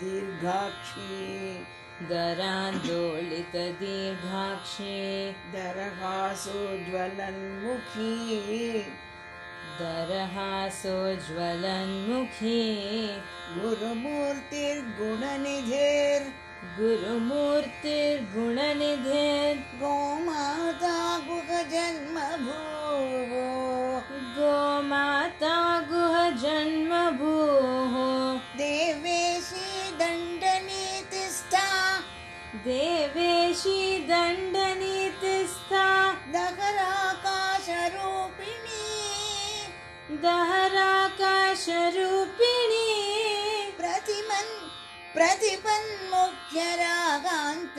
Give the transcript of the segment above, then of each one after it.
दरान्दोलितदीर्घाक्षी दरान्दोलितदीर्घाक्षे दरहासोज्ज्वलन्मुखी दरहासोज्ज्वलन्मुखी गुरुमूर्तिर्गुणनिधेर् गुरुमूर्तिर्गुणनिधे गोमाता गुहजन्मभूवो गोमाता गुहजन्मभूः देवेशी दण्डनीतिस्था देवेशी दण्डनीतिस्था दहराकाशरूपिणी दहराकाशरूपिणी प्रतिमन् प्रतिपन्मुख्यरागान्त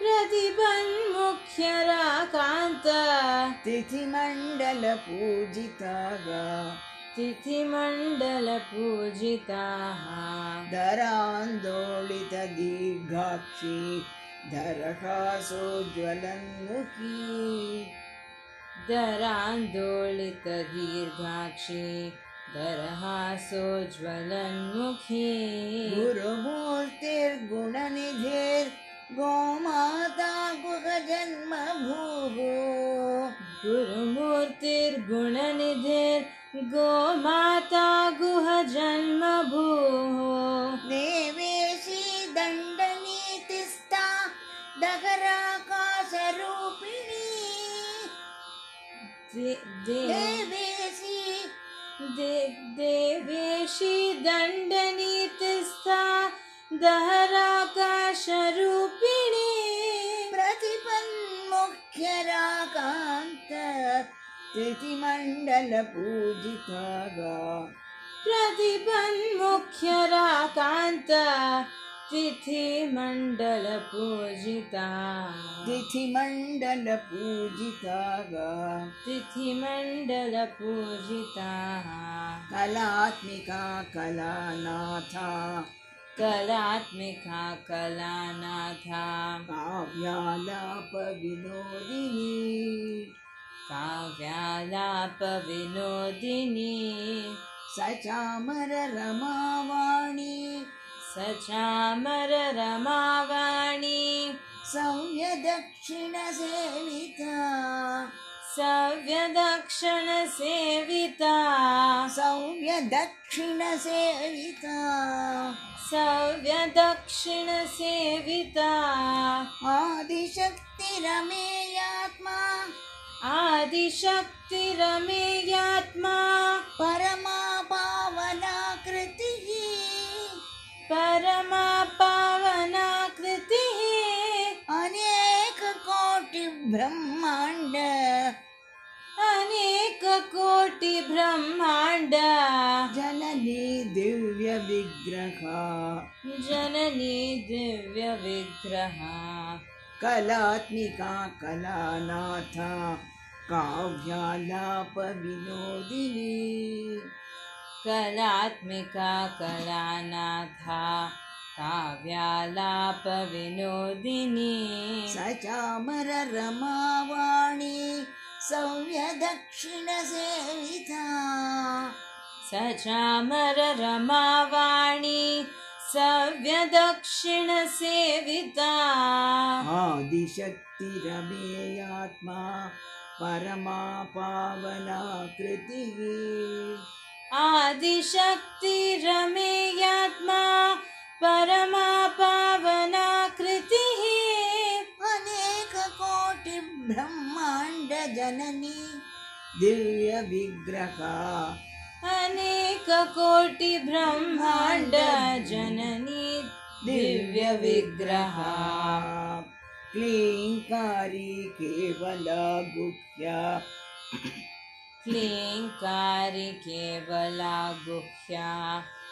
प्रतिपन्मुख्यराकान्त तिथिमण्डलपूजिताग तिथिमण्डलपूजिताः धरान्दोलितदीर्घाक्षी धरहासोज्ज्वलन्मुखी दरान्दोलितदीर्घाक्षी दरहासोज्ज्वलन्मुखी गुरुमूर्तिर्गुणनिधेर्गोमाता गुहजन्मभूः गुरुमूर्तिर्गुणनिधिर्गोमाता गुहजन्मभूः देवेशी दण्डनीतिस्था दगराकाशरूपिणी दे- दे- देवेशी दे- देवेशी दण्डनीतिस्था दहराकाशरूपिणी प्रतिपन्मुख्यराकान्त तिथिमण्डलपूजिता गा प्रतिपन्मुख्यराकान्त तिथिमण्डलपूजिता तिथिमण्डलपूजिता गा तिथिमण्डलपूजिताः कलात्मिका कलानाथा कलात्मिका कलानाथा काव्यालापविनोदिनी काव्यालापविनोदिनी स चामररमावाणी स चामररमावाणी सौम्यदक्षिणसेविता सव्यदक्षणसेविता सौम्यदक्षिणसेविता सव्यदक्षिणसेविता आदिशक्तिरमेयात्मा आदिशक्तिरमेयात्मा परमा पावना कृतिः परमा पावना कृतिः अनेककोटिब्रह्माण्ड अनेककोटिब्रह्माण्ड जननी दिव्यविग्रहा जननी दिव्यविग्रहा कलात्मिका कलानाथा काव्यालापविनोदिनी कलात्मिका कलानाथा काव्यालापविनोदिनी स चामररमावाणी सौम्यदक्षिणसेविता स चामररमावाणी सव्यदक्षिणसेविता आदिशक्तिरमेयात्मा परमा पावना कृतिः आदिशक्तिरमेयात्मा परमा पावना कृतिः अनेककोटिब्रह्माण्डजननी दिव्यविग्रहा अनेककोटिब्रह्माण्ड जननी दिव्यविग्रहा क्लीङ्कारी केवला गुह्या क्लीङ्कारी केवला गुह्या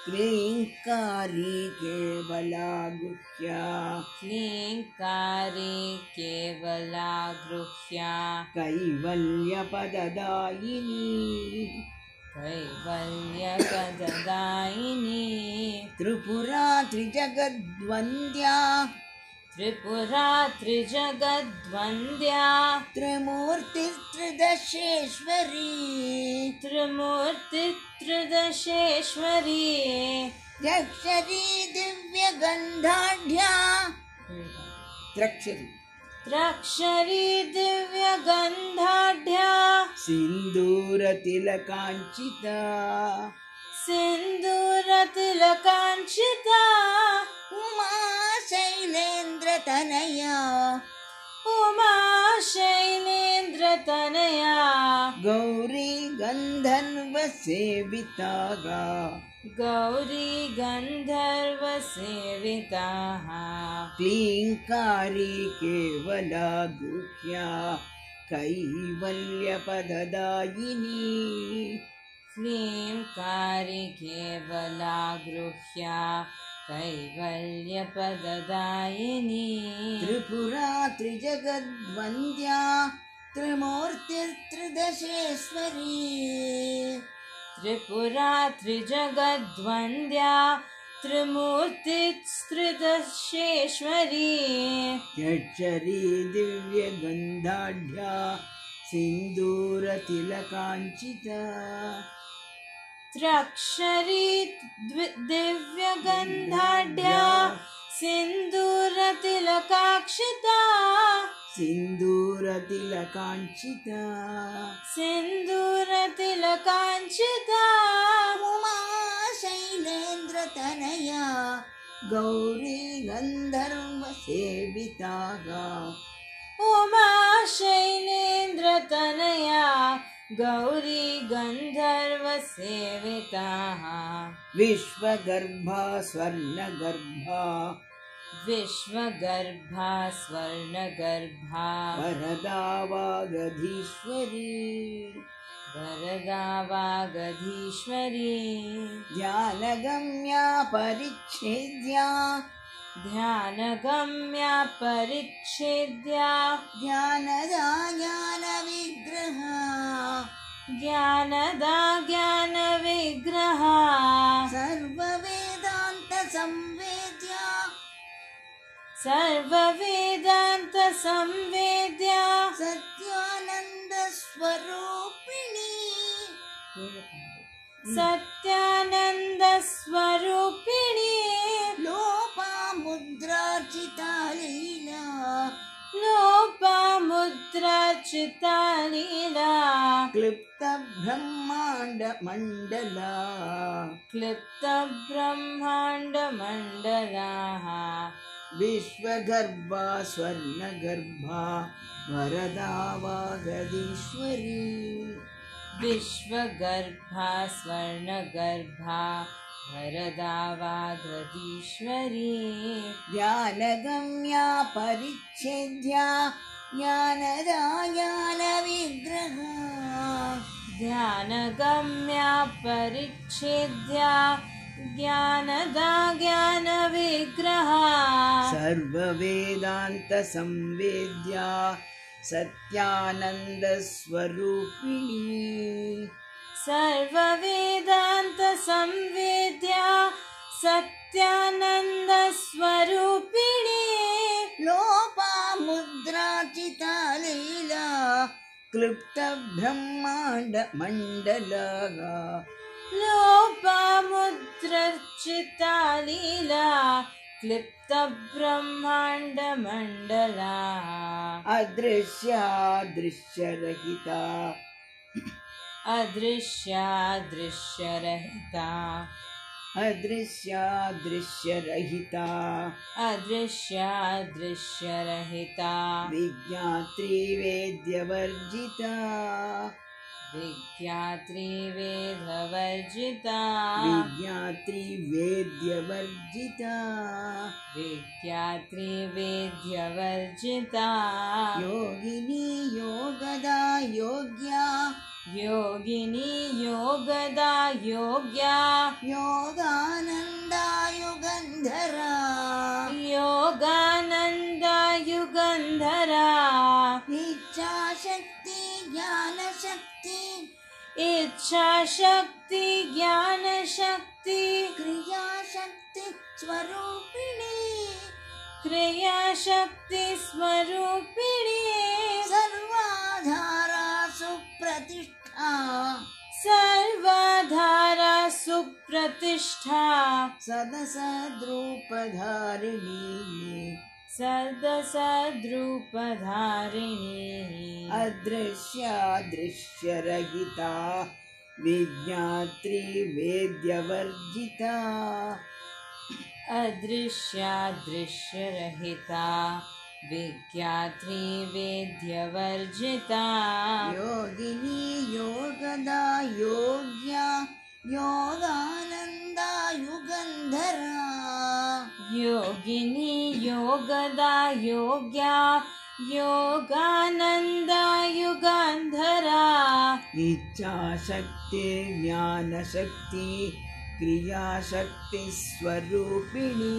क्लीङ्कारी केवला गुह्या क्लीङ्कारी केवला गृह्या कैवल्यपददायिनी कैवल्यकदायिनी त्रिपुरा त्रिजगद्वन्द्या त्रिपुरा त्रिजगद्वन्द्या त्रिमूर्तिस्त्रिदशेश्वरी त्रिमूर्ति ತ್ರಿದಶೇಶ್ವರಿ द्रक्षरी दिव्यगन्धाढ्या द्रक्षरी ದ್ರಾಕ್ಷರಿ ದಿವ್ಯಗಂಧಾಢ್ಯ सिन्दूरतिलकाञ्चिता ಸಿಂಧೂರತಿಲಕಾಂಕ್ಷಿತ उमा शैलेन्द्रतनया ಉಮಾ ಶೈಲೇಂದ್ರ ತನಯ गौरी गन्धर्वसेवितागा ಗೌರಿ ಗಂಧರ್ವ ಸೇವಿತಾ क्लीङ्कारी केवला गुह्या कैवल्यपददायिनी क्लीं कारी केवला गृह्या कैवल्यपददायिनी त्रिपुरा त्रिजगद्वन्द्या त्रिमूर्तिर्त्रिदशेश्वरी त्रिपुरा त्रिजगद्वन्द्या त्रिमूर्तिस्त्रिदशेश्वरी जक्षरी दिव्यगन्धाढ्या सिन्दूरतिलकाञ्चिता त्र्यक्षरी द्वि- दिव्यगन्धाढ्या सिन्दूरतिलकाक्षिता सिन्दूरतिलकाञ्चिता सिन्दूरतिलकाञ्चिता उमा शैलेन्द्रतनया गौरी गन्धर्वसेविता गा उमा शैलेन्द्रतनया गौरी गन्धर्वसेविताः विश्वगर्भा स्वर्णगर्भा विश्वगर्भा स्वर्णगर्भा वरदा वागधीश्वरी वरदा वागधीश्वरी ध्यानगम्या परिच्छेद्या ध्यानगम्या परिच्छेद्या ज्ञानदा ज्ञानविग्रहा ज्ञानदा ज्ञानविग्रहा सर्ववेदान्तसंवेद्या सर्ववेदान्तसंवेद्या सत्यानन्दस्वरूपिणी सत्यानन्दस्वरूपिणी लोपामुद्रार्चिता लीला लोपामुद्राचिता लीला क्लिप्तब्रह्माण्डमण्डला क्लिप्तब्रह्माण्डमण्डलाः विश्वगर्भा स्वर्णगर्भा वरदा वागदीश्वरी विश्वगर्भा स्वर्णगर्भा वरदा वागधीश्वरी ज्ञानगम्या परिच्छेद्या ज्ञानदा ज्ञानविग्रहा ध्यानगम्या परिच्छेद्या ज्ञानदा ज्ञानविग्रहा सर्ववेदान्तसंवेद्या सत्यानन्दस्वरूपिणी सर्ववेदान्तसंवेद्या सत्यानन्दस्वरूपिणी लोपामुद्राचिता लीला क्लुप्तब्रह्माण्डमण्डलगा लोपामुद्रर्चिता लीला क्लिप्तब्रह्माण्डमण्डला अदृश्या दृश्यरहिता अदृश्या दृश्यरहिता अदृश्या दृश्यरहिता अदृश्या दृश्यरहिता विज्ञात्री वेद्यवर्जिता विज्ञात्री वेदवर्जिता विज्ञात्री वेद्यवर्जिता विज्ञात्री वेद्यवर्जिता योगिनी योगदा योग्या योगिनी योगदा योग्या योगानन्दायुगन्धरा योगानन्दायुगन्धरा इच्छाशक्ति ज्ञानशक्ति इच्छाशक्ति ज्ञानशक्ति क्रियाशक्ति स्वरूपिणी क्रियाशक्ति स्वरूपिणी सर्वाधारा सुप्रतिष्ठा सर्वाधारा प्रतिष्ठा सदसद्रूपधारिणी सदसद्रूपधारिणी अदृश्यादृश्यरहिता विज्ञात्री वेद्यवर्जिता अदृश्यादृश्यरहिता विज्ञात्री वेद्यवर्जिता योगिनी योगदा योग्या योगानन्दा युगन्धरा योगिनी योगदा योग्या योगानन्दा युगान्धरा इच्छाशक्ति ज्ञानशक्ति क्रियाशक्तिस्वरूपिणी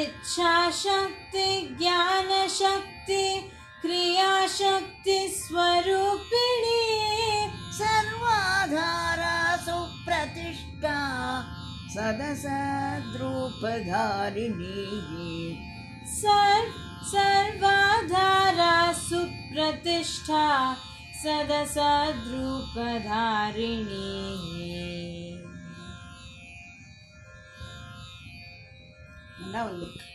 इच्छाशक्ति ज्ञानशक्ति क्रियाशक्ति स्वरूपिणी सर्वाधारा सुप्रतिष्ठा सदसद्रूपधारिणी सर् सर्वाधारा सुप्रतिष्ठा सदसद्रूपधारिणी ಎಲ್ಲ ಒಂದು